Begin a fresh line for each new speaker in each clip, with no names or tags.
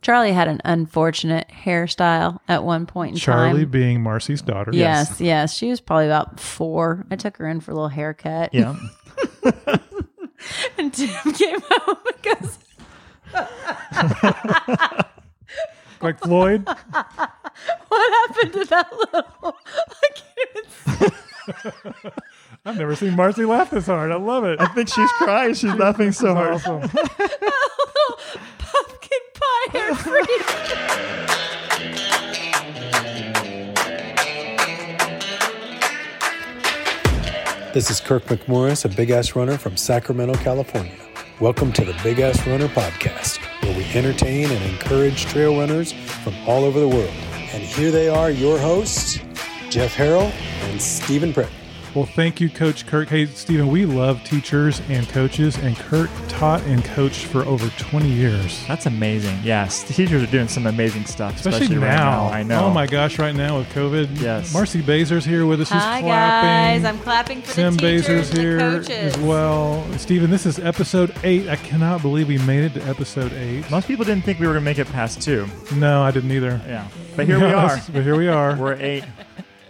Charlie had an unfortunate hairstyle at one point in
Charlie
time.
being Marcy's daughter.
Yes, yes, She was probably about four. I took her in for a little haircut.
Yeah.
And Tim came home because
Like Floyd.
what happened to that little? I can't even
I've never seen Marcy laugh this hard. I love it.
I think she's crying. She's laughing so hard.
Awesome.
pumpkin pie hair freak.
This is Kirk McMorris, a big ass runner from Sacramento, California. Welcome to the Big Ass Runner Podcast, where we entertain and encourage trail runners from all over the world. And here they are, your hosts, Jeff Harrell and Stephen Pritt.
Well, thank you, Coach Kirk. Hey, Stephen, we love teachers and coaches, and Kirk taught and coached for over 20 years.
That's amazing. Yes. Teachers are doing some amazing stuff, especially,
Especially
right
now.
I know.
Oh my gosh, right now with COVID.
Yes.
Marcy Bazer's here with us. She's
Hi
clapping.
guys, I'm clapping for
Tim
the teachers
Bazer's
and
here
the coaches.
as well. Stephen, this is episode eight. I cannot believe we made it to episode eight.
Most people didn't think we were going to make it past two.
No, I didn't either.
Yeah. But here we are.
Yes, But here we are.
We're at eight.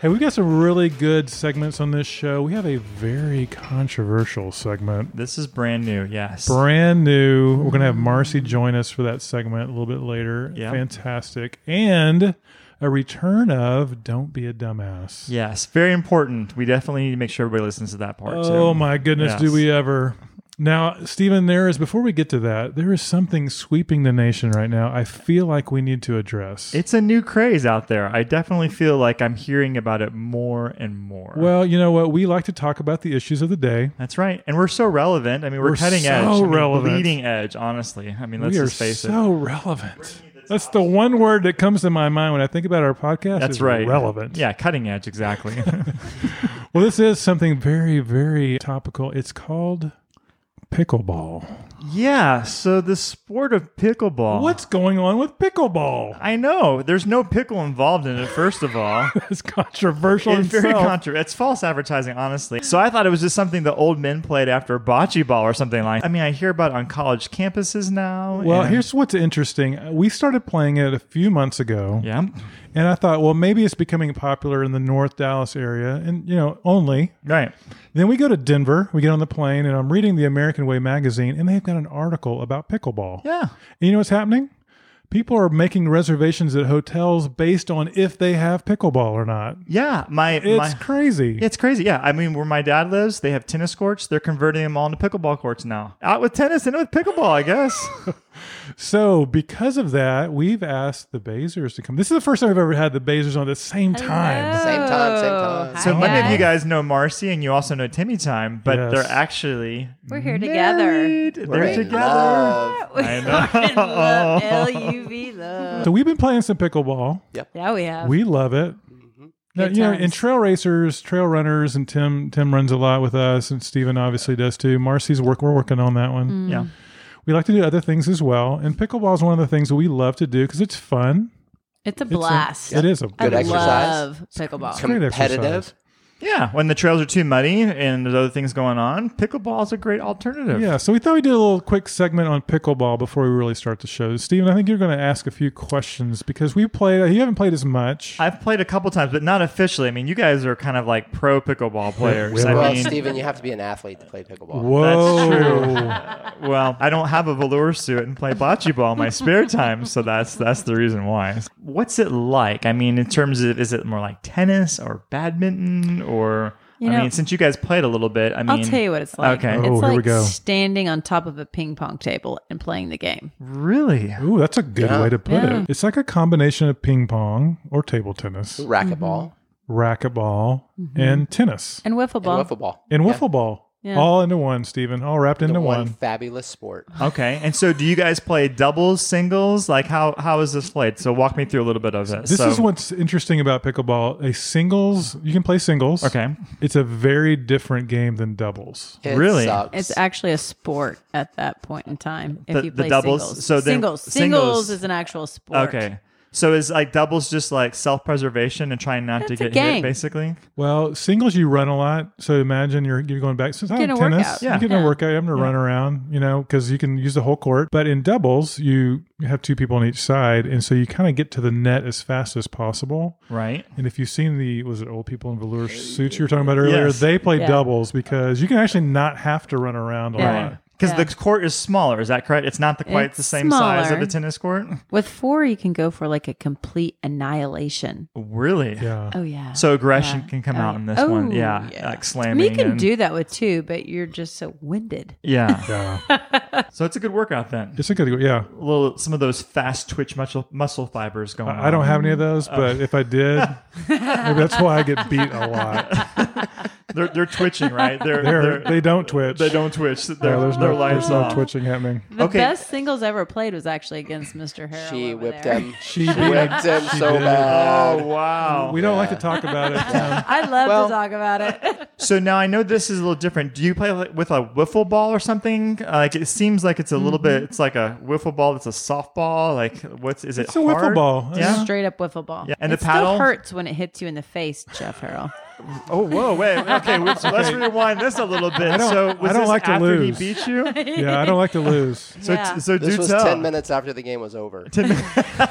Hey, we've got some really good segments on this show. We have a very controversial segment.
This is brand new. Yes.
Brand new. We're going to have Marcy join us for that segment a little bit later.
Yeah.
Fantastic. And a return of Don't Be a Dumbass.
Yes. Very important. We definitely need to make sure everybody listens to that part too.
Oh, my goodness.
Yes.
Do we ever? Now, Stephen, there is, before we get to that, there is something sweeping the nation right now. I feel like we need to address.
It's a new craze out there. I definitely feel like I'm hearing about it more and more.
well, you know what? We like to talk about the issues of the day.
That's right. And we're so relevant. I mean, we're,
We're
cutting
so
edge. I mean,
relevant.
Bleeding edge, honestly. I mean, let's
we are
just face it.
so relevant. That's the one word that comes to my mind when I think about our podcast.
That's
is
right.
Relevant.
Yeah, cutting edge, exactly.
Well, this is something very, very topical. It's called pickleball.
yeah, so the sport of pickleball.
What's going on with pickleball?
I know. There's no pickle involved in it, first of all.
It's controversial.
It's very
itself.
contra. It's false advertising, honestly. So I thought it was just something the old men played after bocce ball or something like. I mean, I hear about it on college campuses now.
well,
and-
here's what's interesting. We started playing it a few months ago,
yeah,
and I thought, well, maybe it's becoming popular in the North Dallas area, and you know, only
right.
Then we go to Denver, we get on the plane, and I'm reading the American Way magazine, and they've got an article about pickleball.
Yeah,
And you know what's happening? People are making reservations at hotels based on if they have pickleball or not.
yeah. My
It's
my.
crazy.
It's crazy. Yeah. I mean, where my dad lives, they have tennis courts. They're converting them all into pickleball courts now. Out with tennis and in with pickleball, I guess.
so, because of that, we've asked the Bazers to come. This is the first time we've ever had the Bazers on at the same time.
Same time, same time.
Hi,
So many of you
guys.
guys know Marcy and you also know Timmy Time, but
Yes.
they're actually
We're here together.
married. They're
in
together.
love.
I know.
L U V love.
So, we've been playing some pickleball.
Yeah, we have.
We love it. Now,
Mm-hmm. Good
you know,
times.
and trail racers, trail runners, and Tim Tim runs a lot with us, and Steven obviously does too. Marcy's work we're working on that one.
Mm.
Yeah.
We like to do other things as well, and pickleball is one of the things that we love to do because it's fun.
it's a
It's a-
blast.
it is a
I
Good exercise.
love pickleball.
great exercise.
Competitive.
Yeah. When the trails are too muddy and there's other things going on, pickleball is a great alternative.
Yeah, so we thought we'd do a little quick segment on pickleball before we really start the show. Steven, I think you're going to ask a few questions because we played. You haven't played as much.
I've played a couple times, but not officially. I mean, you guys are kind of like pro pickleball players.
Well,
I
Well,
mean,
Steven, you have to be an athlete to play pickleball.
Whoa,
Well, I don't have a velour suit and play bocce ball in my spare time, so that's that's the reason why. What's it like? I mean, in terms of is it more like tennis or badminton or
You
I
know-
mean, since you guys played a little bit, I mean,
I'll tell you what it's like.
Okay.
It's
Oh, here
like
we go.
standing on top of a ping pong table and playing the game.
Mm-hmm. really,
Ooh, that's a good
Yeah.
way to put
Yeah.
it. It's like a combination of ping pong or table tennis,
Racquetball
Mm-hmm.
racquetball, and tennis,
And wiffle ball.
and wiffle ball.
and wiffle ball,
Yeah.
all into one. Steven, all wrapped
The
into
one,
one.
fabulous sport.
okay. And so, do you guys play doubles, singles? Like, how how is this played? So, walk me through a little bit of it.
This
So-
is what's interesting about pickleball. A singles, you can play singles.
Okay.
It's a very different game than doubles.
It
Really?
sucks.
It's actually a sport at that point in time. If
The-
you
the
play
doubles?
singles,
So then-
singles,
singles-
singles is an actual sport.
Okay. So is like doubles just like self preservation and trying not
That's
to
a
get
gang.
hit, basically?
Well, singles you run a lot, so imagine you're you're going back. Since I'm
Get a
tennis,
workout.
you
Yeah.
get in a
Yeah.
workout. I'm gonna run around, you know, because you can use the whole court. But in doubles, you have two people on each side, and so you kind of get to the net as fast as possible.
Right.
And if you've seen the was it old people in velour suits you were talking about earlier,
Yes.
they play
Yeah.
doubles because you can actually not have to run around a
Yeah.
lot.
Right. Because the court is smaller, is that correct? It's not the, quite the
It's
same size of
smaller.
a tennis court.
With four, you can go for like a complete annihilation.
Really?
Yeah.
Oh yeah.
So aggression
Yeah.
can come
Oh,
out
yeah.
in this
Oh,
one. Yeah,
yeah.
like
I
slamming.
mean, you can
and-
do that with two, but you're just so winded.
Yeah.
Yeah.
so it's a good workout then.
It's a good yeah.
A little some of those fast twitch muscle muscle fibers going.
I I don't
on.
have any of those, but if I did, maybe that's why I get beat a lot.
They're, they're twitching, right? They're,
They're,
they're,
they don't twitch.
they don't twitch. Their,
Yeah, there's
their
no,
lights
there's no
off.
twitching happening.
The
Okay.
best singles ever played was actually against Mr. Harrell.
She
over
whipped
there.
him.
She beat
whipped him so
did.
bad.
Oh wow.
We don't like to talk about it. um,
I love
Well-
to talk about it.
So now I know this is a little different. Do you play like, with a wiffle ball or something? Uh, Like it seems like it's a little
Mm-hmm.
bit. It's like a wiffle ball. That's a softball. Like what's is it?
It's a wiffle
hard?
ball.
Yeah.
Straight up wiffle ball.
Yeah, and
it
the paddle?
still hurts when it hits you in the face, Jeff Harrell.
Oh whoa. Wait. Okay. let's- Let's rewind this a little bit.
don't-
so was
I don't
this
like to
after
lose.
he beat you?
yeah, I don't like to lose.
So
Yeah.
t- so
This
do
was
tell.
10 minutes after the game was over.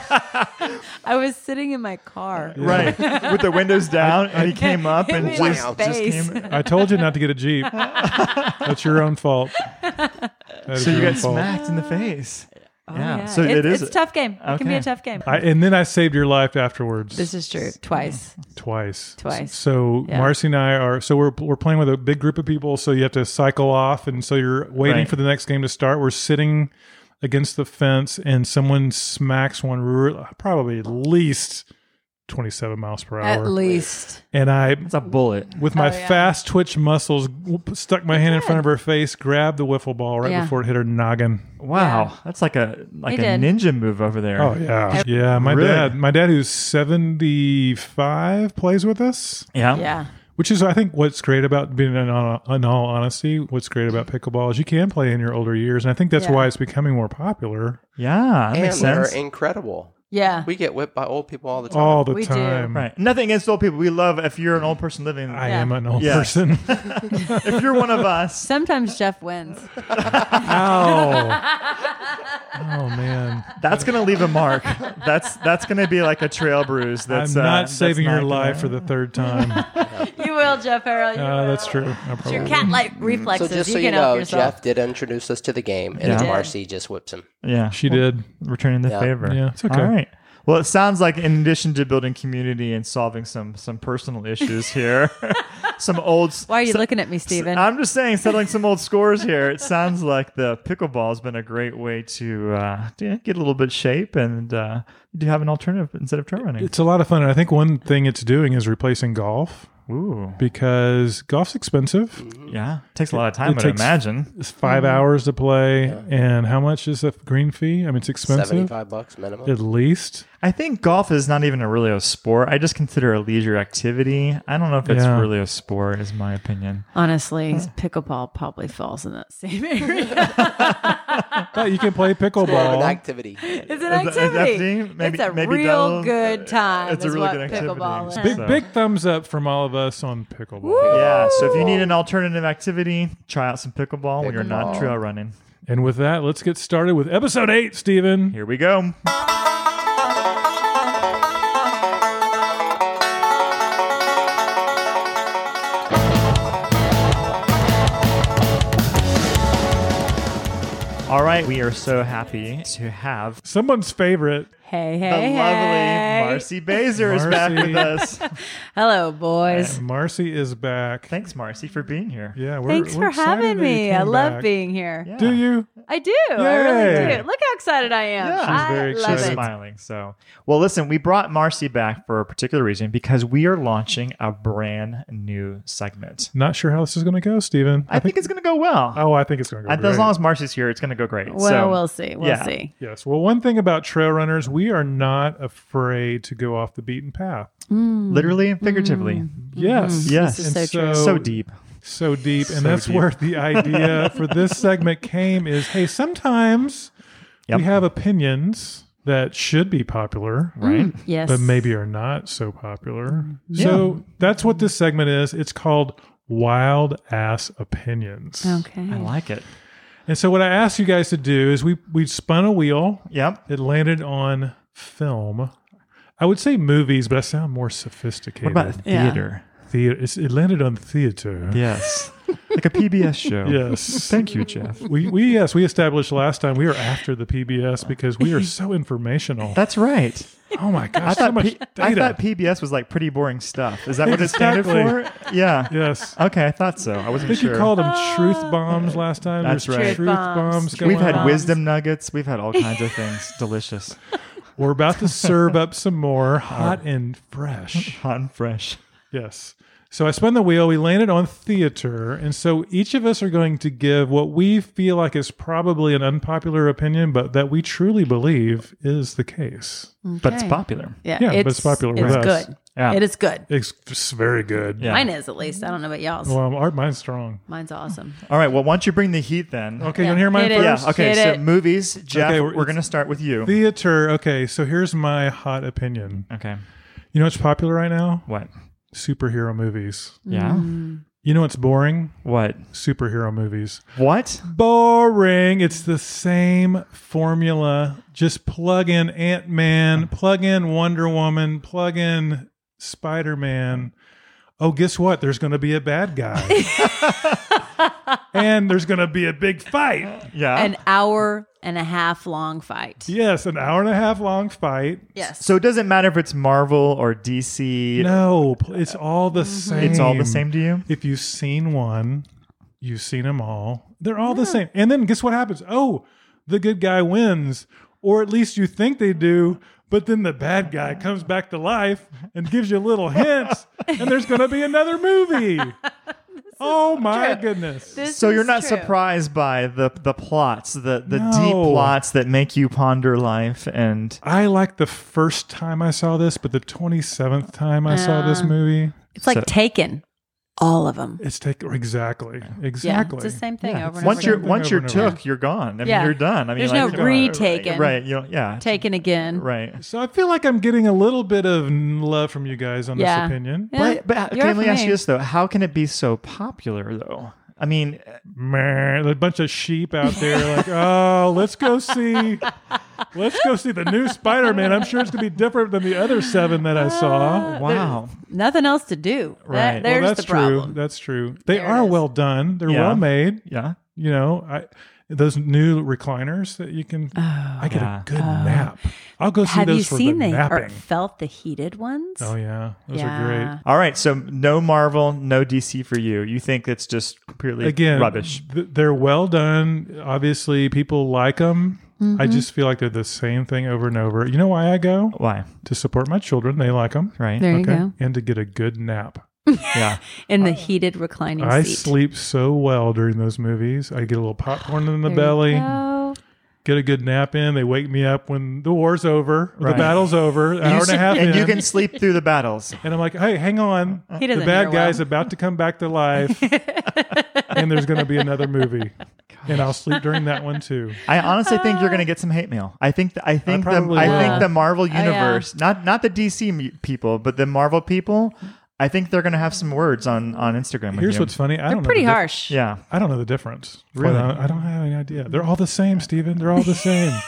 I was sitting in my car.
Right. With the windows down, and he came up
Hit
and
me in
just,
the
just
face.
came.
I told you not to get a jeep. That's your own fault. That is
So you
your own
got
fault.
smacked in the face.
Oh,
Yeah.
yeah.
So
it's,
it is-
It's a tough game. It can be
Okay.
a tough game.
I, and then I saved your life afterwards.
this is true. Twice.
twice.
Twice.
So
Yeah.
Marcy and I are. So we're we're playing with a big group of people. So you have to cycle off, and so you're waiting
Right.
for the next game to start. We're sitting against the fence, and someone smacks one real- probably at least twenty seven miles per hour.
At least.
and I
It's a bullet.
with my
yeah.
fast twitch muscles w- stuck my hand in front of her face, grabbed the wiffle ball right
Yeah.
before it hit her noggin.
Wow,
Yeah.
that's like a like
He
a
did.
ninja move over there.
Oh yeah, yeah. My
Really?
dad, my dad who's seventy five, plays with us,
yeah.
Yeah.
which is I think what's great about being in all, in all honesty, what's great about pickleball is you can play in your older years, and I think that's
Yeah.
why it's becoming more popular
Yeah, that
and
makes
they're
sense. Oh.
incredible.
Yeah.
We get whipped by old people all the time.
all the
We do.
time.
right. Nothing against old people. We love if you're an old person living.
Mm-hmm. I
Yeah.
am an old
Yes.
person.
if you're one of us,
Sometimes Jeff wins.
Ow. oh man.
that's gonna leave a mark. That's that's gonna be like a trail bruise. That's
I'm
uh,
not
that's
saving your
gonna-
life for the third time.
You will, Jeff Harrell. You
Uh,
will.
that's true. I
It's your
probably
cat like
So
reflexes.
just
you
so you
can help
know,
yourself.
Jeff did introduce us to the game, and
Yeah.
did.
Marcy just whips him.
Yeah,
she did.
returning the
Yeah.
favor.
Yeah, it's okay.
All right. Well, it sounds like in addition to building community and solving some some personal issues here, some old.
Why are you
so-
looking at me, Steven?
I'm just saying, settling some old scores here. It sounds like the pickleball has been a great way to uh, to get a little bit shape and uh, do have an alternative instead of trail running.
It's a lot of fun, and I think one thing it's doing is replacing golf
Ooh,
because golf's expensive.
Mm-hmm.
yeah, takes a lot of time.
It
I'd
takes-
imagine.
It's 5 hours to play, and how much is the green fee? I mean, it's expensive,
75 bucks minimum.
at least.
I think golf is not even a really a sport. I just consider it a leisure activity. I don't know if it's
Yeah.
really a sport, is my opinion.
Honestly, pickleball probably falls in that same area.
But you can play
More of an
pickleball.
activity.
It's an
Is that- is that
activity.
activity? Maybe-
it's a
maybe
real
that'll-
good time.
it's a
is
really
what
good activity.
Pickleball is.
It's
Big
So-
big thumbs up from all of us on pickleball.
Woo!
Yeah. So if you need an alternative activity, try out some pickleball, when you're not
Pickleball.
trail running.
And with that, let's get started with episode 8, Steven.
Here we go. All right, we are so happy to have
Someone's favorite.
Hey,
the
hey, hey.
lovely Marcy Baser is back
Marcy.
with us.
Hello, boys.
Marcy is back.
Thanks, Marcy, for being here.
Yeah, we're,
Thanks
we're
for
excited
having
that you
me. I
came
love
back.
being here.
Yeah.
Do you?
I do. I really
Yay.
do. Look how excited I am.
Yeah. She's
I
very
love
excited.
it.
smiling. So, well, listen, we brought Marcy back for a particular reason because we are launching a brand new segment.
Not sure how this is going to go, Steven.
I, think, it's going to go well.
Oh, I think it's going to go.
I-
great.
as long as Marcy's here, it's going to go great.
Well,
so,
we'll see. We'll
yeah.
see.
Yes. Well, one thing about trail runners, we are not afraid to go off the beaten path.
literally
Mm.
and figuratively.
Yes.
Yes.
Mm-hmm. This is
And
so true.
So deep.
So deep. And
So
that's
deep.
where the idea for this segment came is hey, sometimes
Yep.
we have opinions that should be popular,
right?
Yes.
but maybe are not so popular.
Mm-hmm.
So that's what this segment is. It's called Wild Ass Opinions.
Okay.
I like it.
And so what I asked you guys to do is we we spun a wheel.
Yep.
It landed on film. I would say movies, but I sound more
What
sophisticated.
about
Yeah.
theater?
theater? It's, it landed on theater.
Yes. like a PBS show.
Yes.
Thank you, Jeff.
We, we yes we established last time we were after the PBS because we are so informational.
That's right.
Oh my gosh,
I
so
thought,
much
P-
data.
I thought PBS was like pretty boring stuff. Is that what it standard for? Yeah.
yes,
Okay, I thought so. I
I
wasn't
think
sure.
you called them truth bombs last time.
That's
There's
right.
Oh, Truth
Truth
bombs.
bombs.
going
We've had
on.
wisdom nuggets. We've had all kinds of things. Delicious.
We're about to serve up some more hot and fresh.
Hot and fresh.
Yes. So I spun the wheel. We landed on theater. And so each of us are going to give what we feel like is probably an unpopular opinion, but that we truly believe is the case.
But it's
Okay.
popular.
Yeah,
Yeah, but it's popular with
It's
us.
good.
Yeah.
It is good.
It's just very good.
Yeah.
Mine is at least. I don't know about y'all's.
Well, our, mine's strong.
Mine's awesome.
All right. Well, why don't you bring the heat then?
Okay,
Yeah,
you want to hear mine
hit it.
first?
Yeah. Okay.
Hit
so
it.
movies, Jeff.
Okay,
we're
we're-
going to start with you.
Theater. Okay, so here's my hot opinion.
okay.
You know what's popular right now?
What?
Superhero movies.
Mm.
Yeah.
You know what's boring?
What?
Superhero movies.
What?
Boring. It's the same formula. Just plug in Ant Man, plug in Wonder Woman, plug in Spider Man. Oh, guess what? There's going to be a bad guy. and there's going to be a big fight.
Yeah.
An hour and a half long fight.
Yes, an hour and a half long fight.
Yes.
so it doesn't matter if it's Marvel or DC.
No, pl- it's all the same.
It's all the same to you?
If you've seen one, you've seen them all. They're all the same. And then guess what happens? Oh, the good guy wins, or at least you think they do. But then the bad guy comes back to life and gives you little hints, and there's going to be another movie. oh my goodness!
This
So you're
is
not
true.
surprised by the the plots, the the deep
No.
plots that make you ponder life and
I liked the first time I saw this, but the 27th time I saw this movie,
It's like
So-
Taken. All of them.
it's take exactly,
Yeah.
exactly.
It's the same thing over and
once
over.
you're
again.
thing
once
over
you're
and
took,
over.
you're gone. I mean,
Yeah.
you're done. I mean,
There's
like,
no
come on.
retaken.
Right? You don't, yeah.
Taken again.
Right.
So I feel like I'm getting a little bit of love from you guys on
Yeah.
this opinion.
Yeah,
But, but
you're
can we
for
ask
me.
you this though? How can it be so popular though? I mean, uh,
Meh, a bunch of sheep out there like, oh, let's go see, let's go see the new Spider-Man. I'm sure it's gonna be different than the other seven that I saw.
wow.
Nothing else to do. That-
Right. Well,
Uh, there's
well, that's
the problem.
true. That's true. They
There it
are
is.
well done. They're
Yeah.
well made.
Yeah.
You know, I those new recliners that you can. I get
yeah.
a good nap. I'll go see
Oh, Uh, Have
those
you
for
seen
the
the or
napping.
felt the heated ones?
Oh yeah, those are
Yeah.
great.
All right. So no Marvel, no DC for you. You think it's just purely
again
rubbish?
th- they're well done obviously people like them
Mm-hmm.
i just feel like they're the same thing over and over you know why i go
Why?
to support my children they like them
Right.
There you go.
and to get a good nap
Yeah.
In the heated reclining
i
seat.
sleep so well during those movies i get a little popcorn in the
There you
belly
go.
get a good nap in they wake me up when the war's over or
Right.
the battle's over an hour and a half
and
in,
you can sleep through the battles.
and i'm like hey hang on
He
the
doesn't
bad
hear
guy's
well.
about to come back to life and there's going to be another movie and i'll sleep during that one too
I honestly think you're going to get some hate mail. I think the, I think the,
probably
I
will.
think the Marvel
yeah.
universe, not not the DC m- people, but the Marvel people, I think they're going to have some words on on Instagram. with
Here's
you.
what's funny. I
They're
don't
pretty
know the dif-
harsh.
yeah.
I don't know the difference.
Really?
Quite hon- I don't have any idea. They're all the same, Steven. They're all the same.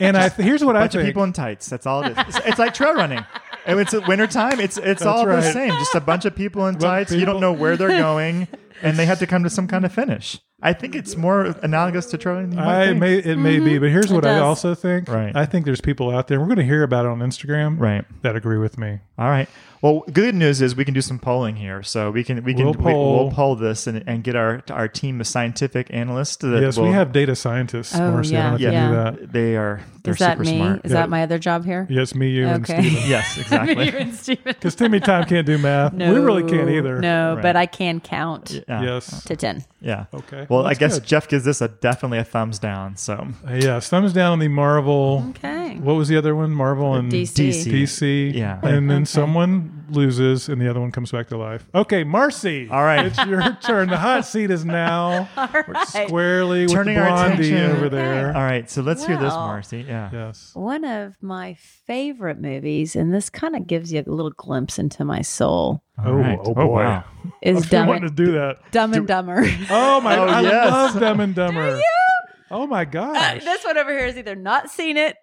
And I th- here's what I
bunch
think.
of people in tights. That's all it is. It's, it's like trail running. And it's wintertime. It's it's all the
right.
same. Just a bunch of people in tights. You
people-
don't know where they're going, and they have to come to some kind of finish. I think it's more analogous to trail running. Than you might
I
think.
may it may be, but here's what I
Mm-hmm. does.
also think.
Right.
I think there's people out there. We're going to hear about it on Instagram.
Right.
That agree with me.
All right. Well, good news is we can do some polling here, so we can we can
We'll
we-
poll.
we'll poll this and, and get our our team of scientific analysts. That
yes,
will-
we have data scientists.
Oh,
Marcy, I don't know if
yeah,
you knew
yeah.
that.
They are they're
Is that
super
me?
smart.
Is
Yeah.
that my other job here?
Yes, me, you, and
Okay.
Steven.
Yes,
Me, you,
exactly.
and Steven.
Because Timmy Time can't do math. we really can't either.
No,
Right.
but I can count
yeah.
Yes.
to 10.
Yeah.
Okay.
Well, I
That's
guess
good.
Jeff gives this a definitely a thumbs down. So
Yes. Thumbs down on the Marvel.
Okay.
What was the other one? Marvel and
DC.
DC.
DC.
Yeah.
And then someone loses and the other one comes back to life. Okay, Marcy.
All right.
it's your turn. The hot seat is now
All right.
squarely with
Turning our
Blondie
attention-
over there.
All right, so let's hear this,
Wow.
Marcy. Yeah.
Yes.
One of my favorite movies, and this kind of gives you a little glimpse into my soul,
All
Oh,
right.
oh boy.
wow.
is
I've been
Dumb,
wanting to do that.
Dumb and Dumber.
Oh my!
Oh,
I
yes.
love Dumb and Dumber. Oh my
Uh,
gosh!
this one over here has either not seen it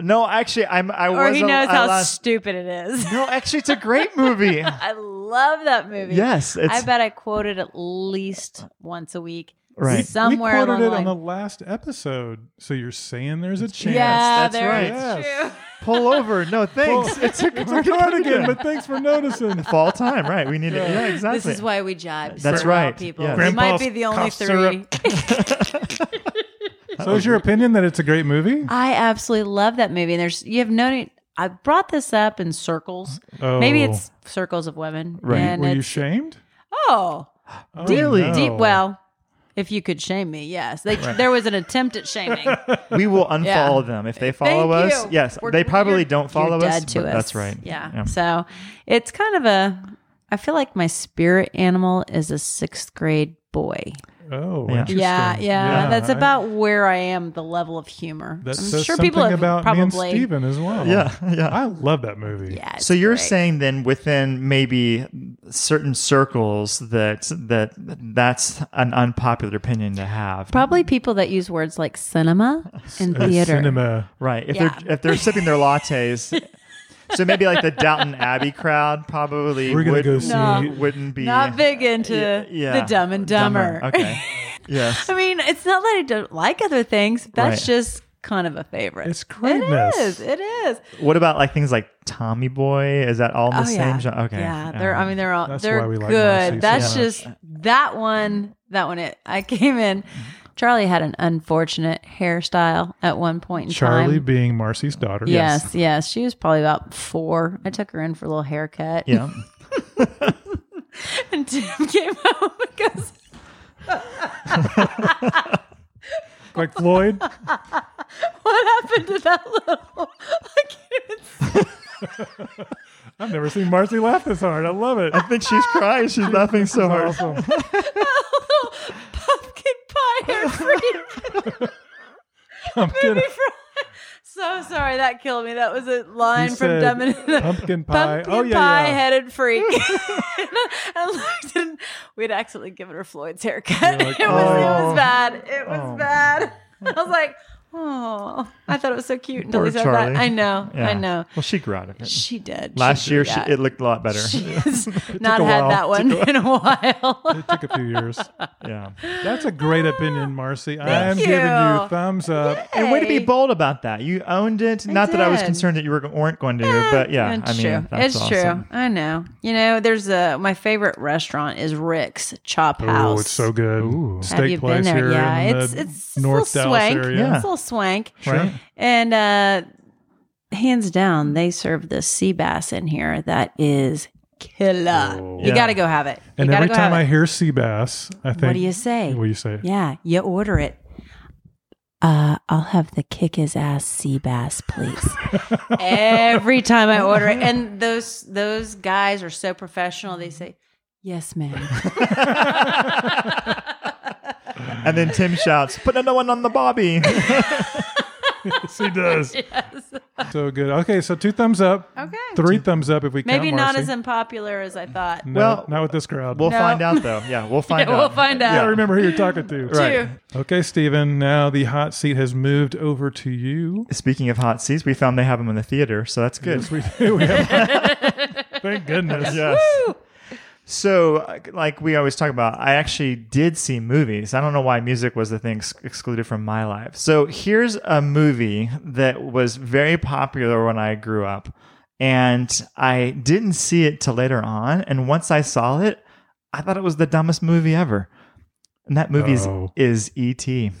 No, actually, I'm. I
or
was.
he
a-
knows
I
how
lost-
stupid it is.
No, actually, it's a great movie.
I love that movie.
yes, it's
I bet I quote it at least once a week.
right.
Somewhere
we
along
quoted it
the line.
on the last episode, so you're saying there's a chance.
yeah,
That's
there
right.
it's
Yes.
true.
Pull over. No, thanks.
Well,
it's a
It's a cardigan, but thanks for noticing.
fall time, right? We need it. Yeah, exactly.
This is why we jive.
That's
so well,
right.
people.
Yes.
We might
Grandpa's
be the only
cough
three.
syrup. So is your opinion that it's a great movie?
I absolutely love that movie. And there's you have no need. I brought this up in circles.
Oh.
Maybe it's circles of women.
Right.
And
Were you
it's-
shamed?
oh,
Oh,
Really?
no.
deep. Well, if you could shame me, yes. They, There was an attempt at shaming.
we will unfollow
Yeah.
them if they follow
Thank
us.
you.
Yes,
We're-
they probably
you're-
don't follow
you're
us.
dead to
but
us.
That's right.
Yeah. So it's kind of a. I feel like my spirit animal is a sixth grade boy.
Oh,
Yeah.
interesting.
Yeah, yeah, That's
I-
about where I am. The level of humor.
That
I'm
says
sure people
something
have
about me
probably.
and Steven as well.
Yeah, yeah.
I love that movie.
Yeah. it's
so you're
great.
saying then within maybe certain circles that that that's an unpopular opinion to have.
probably people that use words like cinema and
Uh,
theater.
cinema.
Right. If
Yeah.
they're if they're sipping their lattes. So maybe like the Downton Abbey crowd probably
We're gonna
would, uh,
go see- No.
wouldn't be
Not big into the Dumb and Dumber.
Okay. Yes.
I mean, it's not that I don't like other things. That's
Right.
just kind of a favorite.
It's
It
greatness.
is. It is.
What about like things like Tommy Boy? Is that all in the
oh
same
yeah.
genre? Okay.
Yeah. They're. I mean, they're all.
That's
they're
why we like
good.
Marcy so
that's
much.
just that one. That one. It. I came in. Charlie had an unfortunate hairstyle at one point in
Charlie
time.
being Marcy's daughter.
Yes, yes, She was probably about four. I took her in for a little haircut.
Yeah.
And Tim came home and goes,
Like Floyd.
What happened to that little? I can't even
I've never seen Marcy laugh this hard. I love it.
I think she's crying. She's laughing so hard.
Awesome.
see pumpkin pie hair freak.
Pumpkin,
so sorry, that killed me. That was a line
you
from
said
Dumb and
pumpkin pie.
Pumpkin
oh yeah,
pie
yeah.
headed freak. and I looked and we'd accidentally given her Floyd's haircut.
You're like,
it, was, it
"Oh."
was bad. It was
Oh.
bad. I was like, oh, I thought it was so cute until
Poor
he said
Charlie.
that. I know,
Yeah.
I know.
Well, she grew out of it.
She did.
Last
She
year,
did.
she, it looked a lot better.
She's not
a
had
while.
that one in a while.
It took a few years.
yeah.
That's a great opinion, Marcy. I'm
you.
giving you thumbs up.
And way to be
Hey.
bold about that. You owned it. Not that I was
did.
concerned that you were, weren't going to, but yeah.
it's
I mean,
true.
That's
it's true.
awesome.
I know. You know, there's a my favorite restaurant is Rick's Chop House.
Oh, it's so good. Steak
Have you
place
been there?
here
yeah,
in
it's
the
it's
North
it's a little
Dallas
swank.
area.
Yeah.
It's a little swank.
Right?
And uh hands down, they serve this sea bass in here that is killer.
Oh.
You
Yeah.
gotta go have it. You
And
gotta
every
go
time I
have it.
hear sea bass, I think.
What do you say?
What do you say?
Yeah, you order it. Uh, I'll have the kick his ass sea bass, please. Every time I order it, and those those guys are so professional. They say, "Yes, ma'am."
And then Tim shouts, put another one on the Bobby.
Yes, he does. So good. Okay, so two thumbs up.
Okay.
Three thumbs up if we
Maybe
count
not
Marcy.
as unpopular as I thought.
No,
Well-
not with this crowd.
We'll
No.
find out, though. Yeah, we'll find
Yeah,
out.
we'll find
I
out.
remember who you're talking to.
Right.
Okay, Steven, now the hot seat has moved over to you.
Speaking of hot seats, we found they have them in the theater, so that's good.
Yes, we do. We have- Thank goodness.
Yes. So, like we always talk about, I actually did see movies. I don't know why music was the thing ex- excluded from my life. So, here's a movie that was very popular when I grew up, and I didn't see it till later on. And once I saw it, I thought it was the dumbest movie ever. And that movie is-
Oh.
is E.T.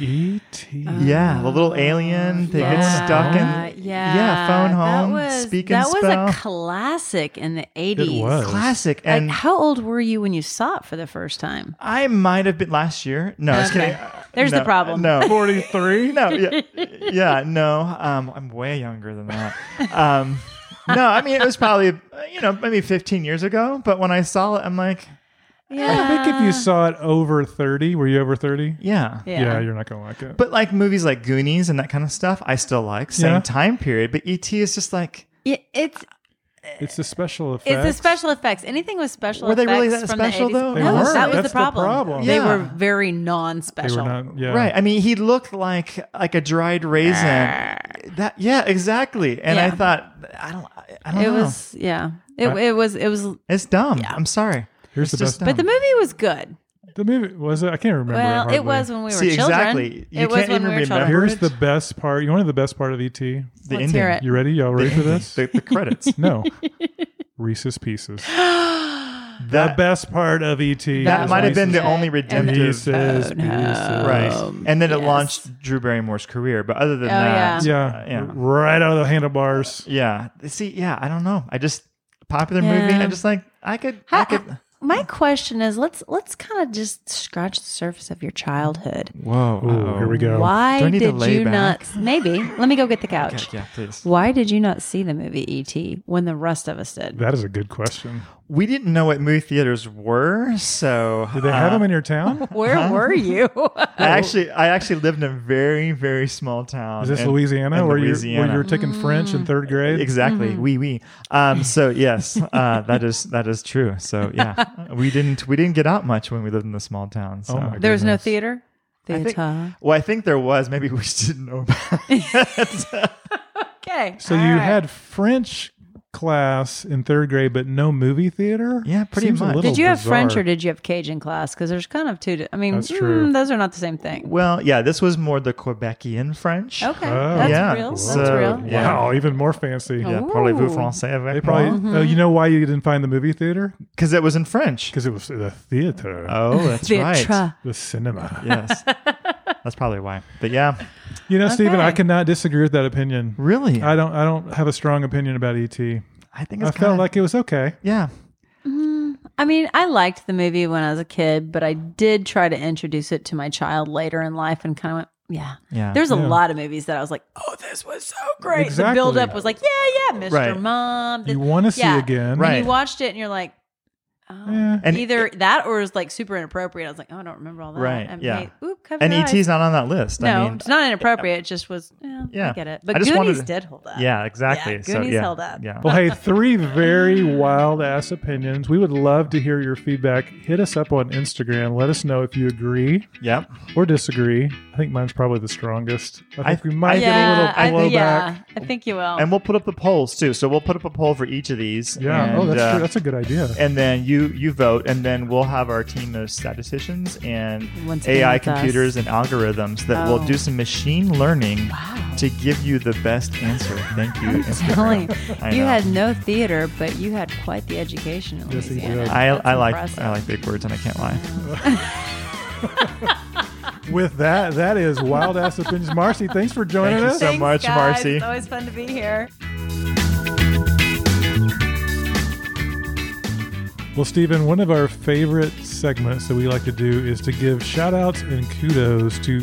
E.T.
Yeah, the little alien. They get stuck in.
Oh yeah,
yeah, phone home,
That was,
speak and
that
spell.
was a classic in the eighties.
was.
Classic.
Like,
And
how old were you when you saw it for the first time?
I might have been last year. No, I was
Okay.
kidding.
There's
No,
the problem.
No,
43?
no, yeah, yeah, no. Um, I'm way younger than that. Um, no, I mean it was probably you know maybe 15 years ago, but when I saw it, I'm like,
I
Yeah.
think if you saw it over 30, were you over 30?
yeah.
Yeah.
you're not going to like it.
But like movies like Goonies and that kind of stuff, I still like same
Yeah.
time period. But ET is just like,
Yeah, it's
it's the special effects.
it's the special effects. Anything with special
Were they
effects
really that
from
special,
the 80s.
though?
They
No,
weren't.
that was
That's
the
the
problem.
problem.
They
Yeah.
were very
They
non-special.
were not, yeah.
right? I mean, he looked like like a dried raisin. Eh. that yeah, exactly. And I
Yeah.
thought, I don't, I don't
it
know.
was yeah. It, it was it was
it's dumb. I'm sorry.
Here's the
It's just
best.
dumb.
but the movie was good.
The movie was it? I can't remember.
well,
hardly.
it was when we were
See,
children.
exactly. You
it was
can't
when
even
we were children.
remember
Here's
it.
the best part. You want to know the best part of ET? You
The
Let's hear it.
ready? Y'all ready for this?
The, the credits.
no. Reese's Pieces. The
that
best part of ET.
that
is
might have been the
Reese's-
only
And-
redemptive.
Reese's
Oh,
Pieces.
no.
Right.
Um,
and then it
yes.
launched Drew Barrymore's career. But other than
Oh,
that,
Yeah.
uh, yeah.
Right out of the handlebars.
yeah. See, yeah, I don't know. I just popular
Yeah.
movie. I just like I could I
How-
could
My question is let's let's kind of just scratch the surface of your childhood.
Whoa.
Ooh, here we go.
Why
Do I need to
did
lay
you
back?
not maybe let me go get the couch.
Yeah, please.
Why did you not see the movie E.T. when the rest of us did?
That is a good question.
We didn't know what movie theaters were, so uh,
Did they have them in your town?
Where were you?
I actually I actually lived in a very, very small town.
Is this
in-
Louisiana
in
where, You,
Louisiana. Mm,
where you were taking French in third grade?
Exactly.
Mm-hmm.
We we. Um, so yes, uh, that is that is true. So yeah, we didn't we didn't get out much when we lived in the small town. So
Oh, my
there was no
goodness.
theater.
I think,
Theater.
well, I think there was. Maybe we just didn't know about it.
Okay.
So you had French class in third grade, but no movie theater.
Yeah, pretty
Seems a
much.
little
Did you have French
bizarre.
or did you have Cajun class? Because there's kind of two. di- I mean,
That's true.
mm, those are not the same thing.
well, yeah, this was more the Quebecian French.
Okay,
Oh.
that's
Yeah.
real. That's
So-
real.
Yeah.
Wow, even more fancy.
Oh.
Yeah, parlez vous
Ooh.
français
They
avec
probably.
moi?
Mm-hmm.
Oh, you know why you didn't find the movie theater?
Because it was in French.
Because it was the theater,
Oh, that's right.
Vitra.
the cinema.
Yes, that's probably why. But yeah,
You know, Stephen,
Okay.
I cannot disagree with that opinion.
really, I,
I don't. I don't have a strong opinion about ET. I
think it's
felt
kinda-
like it was okay.
yeah,
I mean, I liked the movie when I was a kid, but I did try to introduce it to my child later in life and kind of went, yeah.
yeah.
There's a
Yeah.
lot of movies that I was like, oh, this was so great.
Exactly.
The build up was like, yeah, yeah, Mr.
Right.
Mom.
You want to see
yeah.
again,
And
Right.
you watched it and you're like, oh.
Yeah.
And-
Either that or it was like super inappropriate. I was like, oh, I don't remember all that.
Right,
And
yeah.
hey, oop, cover
and
your eyes.
ET's E not on that list.
No,
I mean,
it's not inappropriate. It just was. Yeah,
Yeah.
I get it.
I
But
just
Goonies
wanted to-
did hold up.
yeah, exactly.
Yeah,
so
Goonies
yeah,
held up.
yeah.
Well, hey, three very wild ass opinions. We would love to hear your feedback. Hit us up on Instagram. Let us know if you agree
Yep.
or disagree. I think mine's probably the strongest. I think
I-
we might
yeah,
get a little blowback.
I, yeah, I think you will.
And we'll put up the polls too. So we'll put up a poll for each of these.
Yeah.
And,
oh, that's
uh,
true. That's a good idea.
and then you you vote, and then we'll have our team of statisticians and
Once again
AI
with us.
computers and algorithms that will
Oh.
do some machine learning
Wow.
to give you the best answer. Thank you.
I'm
Instagram.
telling you,
I
you
know.
had no theater, but you had quite the education in
Yes, he
Louisiana.
did.
I, I like
impressive.
I like big words, and I can't lie.
With that, that is wild ass opinions. Marcy, thanks for joining
Thank you
us.
so
Thanks,
much,
guys.
Marcy.
It's always fun to be here.
Well, Stephen, one of our favorite segments that we like to do is to give shout outs and kudos to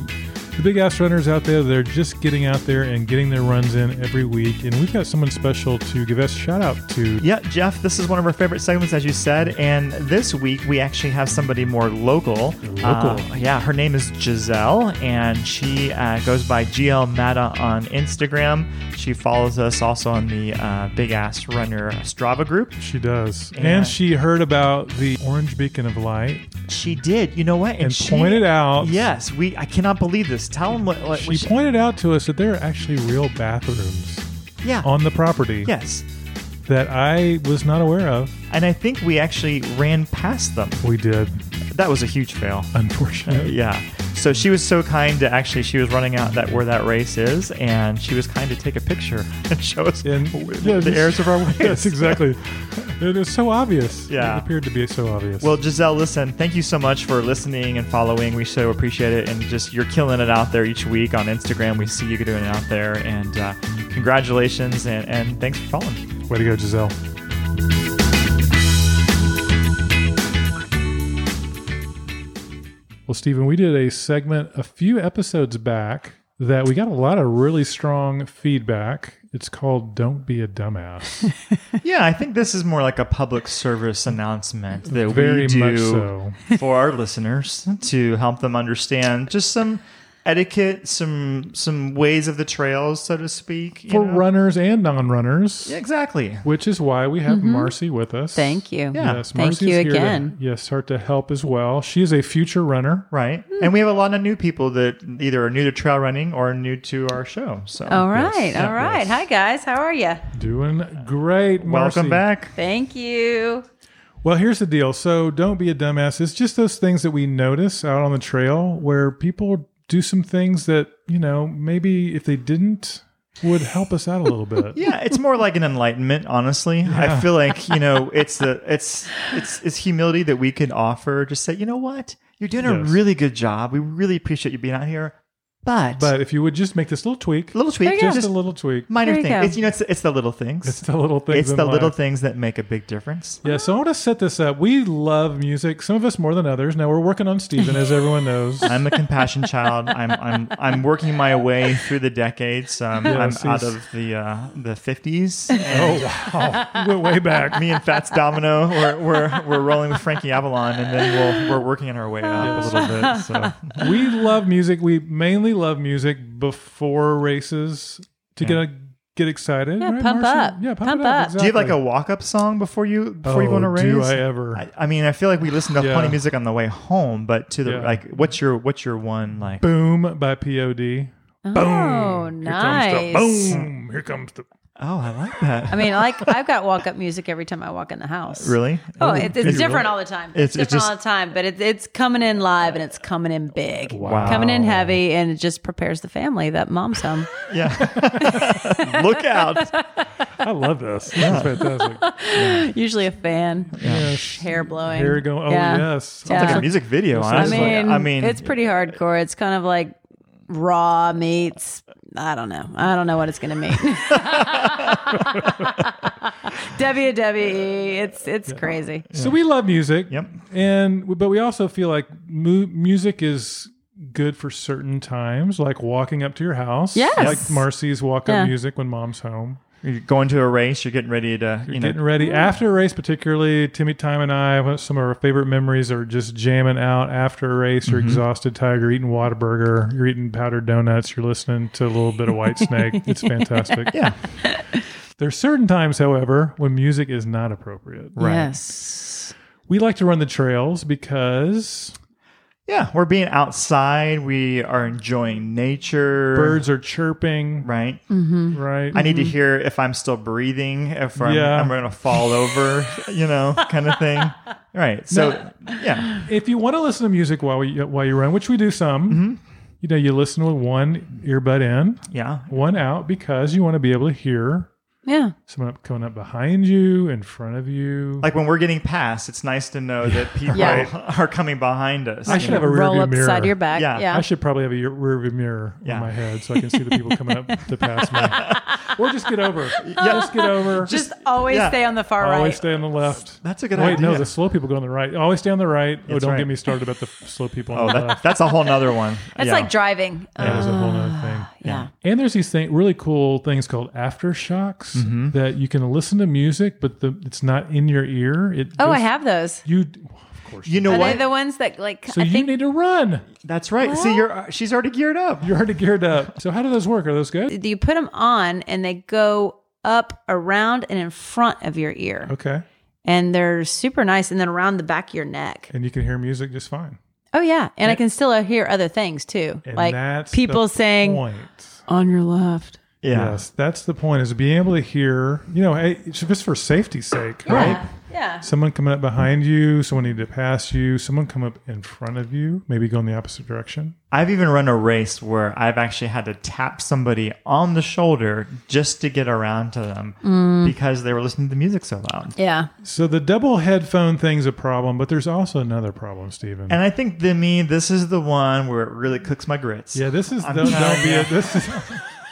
the big ass runners out there. They're just getting out there and getting their runs in every week. And we've got someone special to give us shout out to.
Yeah, Jeff, this is one of our favorite segments, as you said. And this week, we actually have somebody more local.
Local.
Uh, yeah, her name is Giselle, and she uh, goes by GL Mata on Instagram. She follows us also on the uh, Big Ass Runner Strava group.
She does.
Yeah.
And she heard about the orange beacon of light
She did, you know what?
and
she,
pointed out.
Yes, we. I cannot believe this. Tell them what. what
She,
what
pointed out to us that there are actually real bathrooms
Yeah.
on the property
yes,
that I was not aware of.
and I think we actually ran past them.
We did,
That was a huge fail.
unfortunately.
Yeah. So she was so kind to actually she was running out that where that race is, and she was kind to take a picture and show us
And
w-
yeah,
the
this-
airs of our ways.
Yes, exactly. it was so obvious.
Yeah.
It appeared to be so obvious.
Well, Giselle, listen, thank you so much for listening and following. We so appreciate it, and just you're killing it out there each week on Instagram. We see you doing it out there, and uh, congratulations and, and thanks for following.
way to go, Giselle. Well, Stephen, we did a segment a few episodes back that we got a lot of really strong feedback. It's called "Don't Be a Dumbass."
Yeah, I think this is more like a public service announcement that
Very
we do
much so.
for our listeners to help them understand just some etiquette, some some ways of the trails, so to speak. you
For
know?
runners and non-runners,
Yeah, exactly.
which is why we have Marcy with us.
Mm-hmm. Thank you.
Yeah.
Yes,
Thank
Marcy's
you
here to-
again.
yes, her to help as well. She is a future runner.
Right. And we have a lot of new people that either are new to trail running or are new to our show. So
All right.
Yeah,
all right.
yes.
Hi, guys. How are you?
Doing great. Marcy.
Welcome back.
Thank you.
Well, here's the deal. So don't be a dumbass. It's just those things that we notice out on the trail where people do some things that, you know, maybe if they didn't would help us out a little bit.
Yeah, it's more like an enlightenment, honestly. I feel like, you know, it's the it's it's it's humility that we can offer. Just say, you know what? You're doing a
Yes.
really good job. We really appreciate you being out here. But,
But if you would just make this little tweak,
little tweak,
you go.
just,
just a little tweak.
minor
There you
thing.
go.
It's you know, it's it's the little things.
It's the little things.
It's
in
the little
life.
things that make a big difference.
Yeah, so I want to set this up. We love music, some of us more than others. Now we're working on Steven, as everyone knows.
I'm a compassion child. I'm I'm I'm working my way through the decades. Um,
Yes,
I'm out
he's-
of the uh, the 50s. And
Oh wow, we're way back.
Me and Fats Domino, we're, we're we're rolling with Frankie Avalon, and then we'll, we're working our way up a little bit. So
We love music. We mainly love music before races to get get excited.
Yeah,
right,
pump
Marcy?
up.
Yeah, pump,
Pump
it up.
up.
Do you have like a
exactly.
walk up song before you before you go on a
Oh,
race?
Do I ever?
I, I mean, I feel like we listen to
Yeah.
funny music on the way home, but to the
Yeah.
like, what's your what's your one like?
Boom by Pod.
Oh,
Here
nice.
comes the boom. Here comes the.
Oh, I like that.
I mean, like I've got walk up music every time I walk in the house.
really?
Oh, it's,
Did
it's
you
different all
really?
the time.
It's-
It's,
it's
different all
just-
the time, but it's it's coming in live and it's coming in big,
Wow.
coming in heavy, and it just prepares the family that mom's home.
Yeah. Look out.
I love this. This is fantastic.
Usually a fan,
Yes.
hair blowing.
Here we go. Oh yes.
Yeah.
Like a music video,
I
honestly.
mean,
I mean,
it's pretty hardcore. It's kind of like raw meats. I don't know. I don't know what it's going to mean. WWE. E, It's it's crazy.
So we love music.
Yep.
And but we also feel like mu- music is good for certain times, like walking up to your house.
Yes.
Like Marcy's walk up
Yeah.
music when mom's home.
You're going to a race. You're getting ready to, you know.
Getting ready after a race, particularly Timmy Time and I. one of- Some of our favorite memories are just jamming out after a race.
Mm-hmm.
You're exhausted, tired. You're eating Whataburger. You're eating powdered donuts. You're listening to a little bit of White Snake. It's fantastic.
Yeah.
There's certain times, however, when music is not appropriate.
Yes.
We like to run the trails because
Yeah. We're being outside. We are enjoying nature.
birds are chirping.
Right.
Right.
Mm-hmm. I need
Mm-hmm.
to hear if I'm still breathing, if I'm,
Yeah.
I'm going to fall over, you know, kind of thing. Right. So, yeah.
if you want to listen to music while we while you run, which we do some, you know, you listen with one earbud in,
Mm-hmm. Yeah.
one out, because you want to be able to hear
Yeah.
someone up coming up behind you, in front of you.
Like when we're getting past, it's nice to know that people
Yeah.
are coming behind us.
I
you
should
know?
have a rear
Roll
view
up
mirror.
side of your back.
Yeah.
Yeah.
I should probably have a year- rear view mirror
Yeah.
in my head so I can see the people coming up to pass me. Or just get over. Just get over.
just always
yeah.
stay on the far
always
right.
stay on the left.
That's a good
Wait, no,
idea.
the slow people go on the right. Always stay on the right. oh,
That's
don't
right.
get me started about the f- slow people on
Oh,
the
that,
left.
that's a whole nother one.
That's
Yeah.
like driving.
That
Uh,
is a whole
Ah,
other thing.
yeah.
And there's these thing, really cool things called aftershocks
Mm-hmm.
that you can listen to music, but the, it's not in your ear. It
Oh, I
goes-
have those.
You,
You know
Are
what?
they the ones that like?
so
I
you
think
need to run.
That's right. See, you're uh, she's already geared up.
You're already geared up. So how do those work? Are those good?
you put them on and they go up around and in front of your ear.
Okay,
and they're super nice and then around the back of your neck
and you can hear music just fine.
oh yeah and i can still hear other things too
And
like
that's
people
the
saying
Point.
on your left
Yeah.
Yes, that's the point. Is being able to hear. You know, hey, it's just for safety's sake, right?
yeah
Someone coming up behind you, someone need to pass you, someone come up in front of you, maybe go in the opposite direction.
I've even run a race where I've actually had to tap somebody on the shoulder just to get around to them
Mm.
because they were listening to the music so loud.
yeah
So the double headphone thing's a problem, but there's also another problem, Stephen.
And I think to me, this is the one where it really cooks my grits.
yeah, this is the
I'm
don't
trying,
be
yeah.
a, this is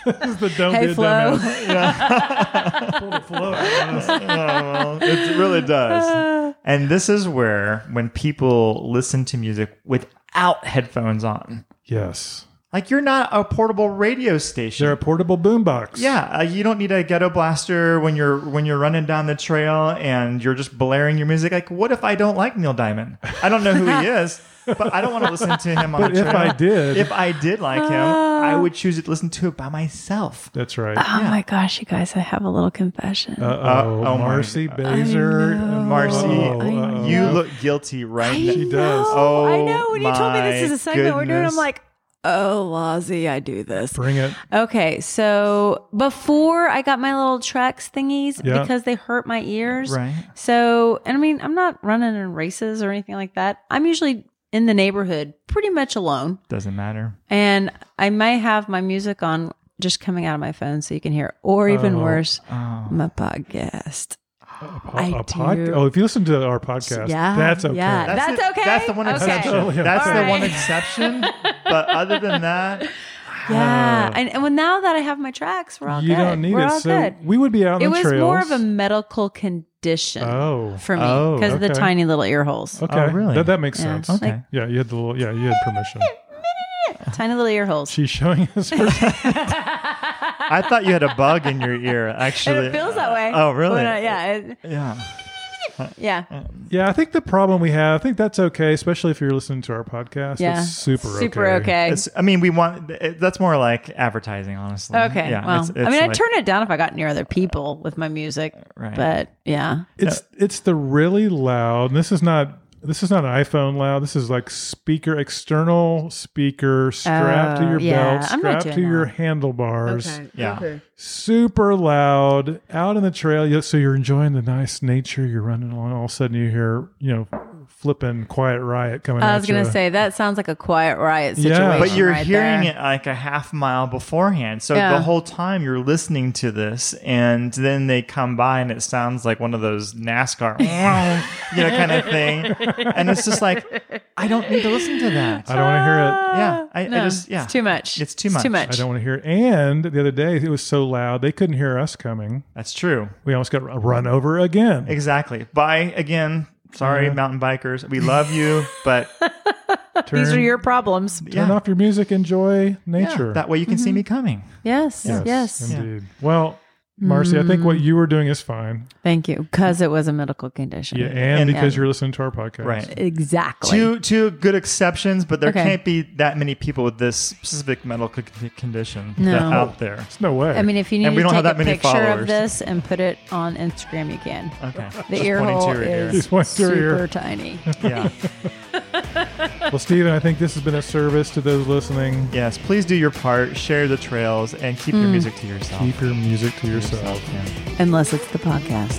this is the don't
hey
be a
flo
dumbass. Pull the flow out of this.
Yeah, well, it really does. And this is where when people listen to music without headphones on.
Yes.
Like you're not a portable radio station.
They're a portable boombox.
Yeah, uh, you don't need a ghetto blaster when you're when you're running down the trail and you're just blaring your music. Like, what if I don't like Neil Diamond? I don't know who he is, but I don't want to listen to him on
But
the
if
trail.
I did-
if I did like him,
Ah.
I would choose to listen to it by myself.
That's right.
Oh my gosh, you guys, I have a little confession.
Uh-oh.
Uh, oh, my
Marcy
God.
Baser.
I know.
Marcy,
Oh,
I know.
you look guilty right
I
now.
She does.
know, I
Oh
know. When you told me this is
my
a segment we're doing, I'm
goodness.
like, oh, Lozzie, I do this.
Bring it.
Okay, so before I got my little Trex thingies
Yeah.
because they hurt my ears.
Right.
So, and I mean, I'm not running in races or anything like that. I'm usually in the neighborhood pretty much alone.
Doesn't matter.
And I may have my music on just coming out of my phone so you can hear, it. or even
Oh.
worse,
Oh.
my podcast.
A, po-
I
a pod-
do.
Oh, if you listen to our podcast,
Yeah,
that's okay.
yeah. That- That's
the-
okay?
That's the one
Okay.
exception.
Totally
That's the
okay.
one exception. But other than that,
Yeah. And, and well, now that I have my tracks, we're all good.
you don't need
we're
it.
all
So
good.
we would be out on
It
the
was
trails.
more of a medical condition
Oh.
for me
Oh,
because of the
okay.
tiny little ear holes.
Okay.
Oh, really?
That, that makes
Yeah.
sense.
Okay.
Like-
Yeah, you had the little. Yeah, you had permission.
Tiny little ear holes.
She's showing us. Her,
I thought you had a bug in your ear.
and
Actually,
it feels that way.
Oh, really?
When I- yeah. it-
Yeah.
yeah.
yeah, I think the problem we have. I think that's okay, especially if you're listening to our podcast.
yeah.
It's super okay.
Super okay.
It's, I mean, we want it- that's more like advertising, honestly.
Okay.
Yeah,
well,
it's-
I
it's
mean,
like-
I'd turn it down if I got near other people with my music,
Right.
but yeah.
It's it's the really loud. And this is not this is not an iPhone loud. This is like speaker external speaker strapped to
Oh,
your
yeah.
belt,
I'm not
strapped to
doing
your
that.
handlebars.
Yeah.
Super loud out in the trail. You- So you're enjoying the nice nature. You're running along. All of a sudden you hear you know flipping quiet riot coming.
I was
going
gonna say that sounds like a quiet riot
Yeah.
situation.
But
But you're
right
hearing
there.
it like a half mile beforehand. So
Yeah.
the whole time you're listening to this, and then they come by and it sounds like one of those NASCAR, you know, kind of thing. And it's just like, I don't need to listen to that.
I don't want to hear it.
yeah. I, I
No,
just, yeah.
it's too much.
It's too
It's
much.
too much.
I don't want to hear. it. And the other day it was so loud they couldn't hear us coming.
That's true.
We almost got run over again.
Exactly. Bye again. Sorry, mountain bikers. We love you, but
These are
Turn-
your problems.
turn
yeah.
off your music. Enjoy nature.
that way you can see
Mm-hmm.
me coming.
Yes. Yes.
Indeed. Well, Marcy, I think what you were doing is fine.
Thank you, because it was a medical condition.
Yeah, and,
And-
because
and-
you're listening to our podcast.
Right.
Exactly.
Two two good exceptions, but there
Okay.
can't be that many people with this specific medical con- condition
No.
that- out there.
There's no way.
I mean, if you need
And we
to
don't
take
have that
a
many
picture
followers.
of this and put it on Instagram, you can.
Okay.
The ear hole is
Just pointing to your ear.
super tiny.
yeah.
well, Stephen, I think this has been a service to those listening.
Yes. Please do your part. Share the trails and keep
Hmm.
your music to yourself.
Keep your music to yourself.
Yeah.
Unless it's the podcast.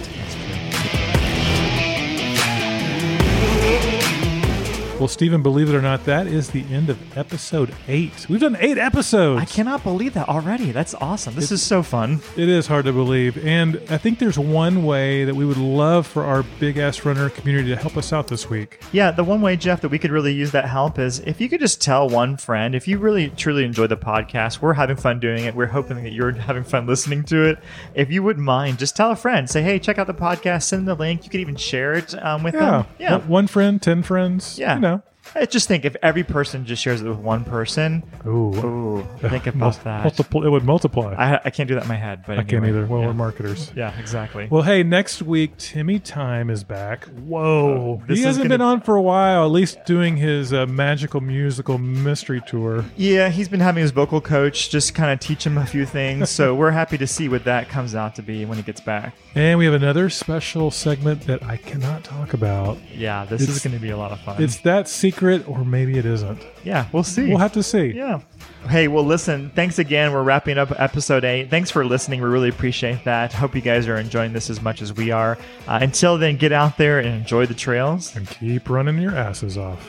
Well, Stephen, believe it or not, that is the end of episode eight. We've done eight episodes.
I cannot believe that already. That's awesome. This is so fun.
It is hard to believe. And I think there's one way that we would love for our big ass runner community to help us out this week.
Yeah, the one way, Jeff, that we could really use that help is if you could just tell one friend, if you really truly enjoy the podcast, we're having fun doing it. We're hoping that you're having fun listening to it. If you wouldn't mind, just tell a friend. Say, hey, check out the podcast. Send them the link. You could even share it um, with
Yeah.
them. Yeah.
One- One friend, 10 friends.
yeah.
You know.
I just think if every person just shares it with one person,
Ooh.
ooh, think
Mul-
about that.
multiple, it would multiply.
I, I can't do that in my head, but
I can't
anyway.
either. Well,
yeah.
we're marketers.
Yeah, exactly.
Well, hey, next week Timmy Time is back. Whoa,
Oh, this
he
is
hasn't
gonna-
been on for a while. At least doing his uh, magical musical mystery tour.
yeah, he's been having his vocal coach just kind of teach him a few things. so we're happy to see what that comes out to be when he gets back.
And we have another special segment that I cannot talk about.
Yeah, this
It's-
is going to be a lot of fun.
It's that secret, or maybe it isn't.
yeah, we'll see.
We'll have to see.
yeah. Hey, well, listen, thanks again. We're wrapping up episode eight. Thanks for listening. We really appreciate that. Hope you guys are enjoying this as much as we are. Uh, until then, get out there and enjoy the trails.
And keep running your asses off.